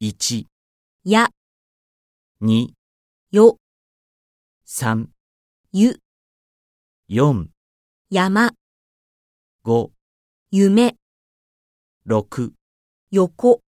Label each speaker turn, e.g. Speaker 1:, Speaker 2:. Speaker 1: 1、
Speaker 2: や、
Speaker 1: 2、
Speaker 2: よ、
Speaker 1: 3、
Speaker 2: ゆ、
Speaker 1: 4、
Speaker 2: 山、
Speaker 1: 5、
Speaker 2: 夢、
Speaker 1: 6
Speaker 2: 横。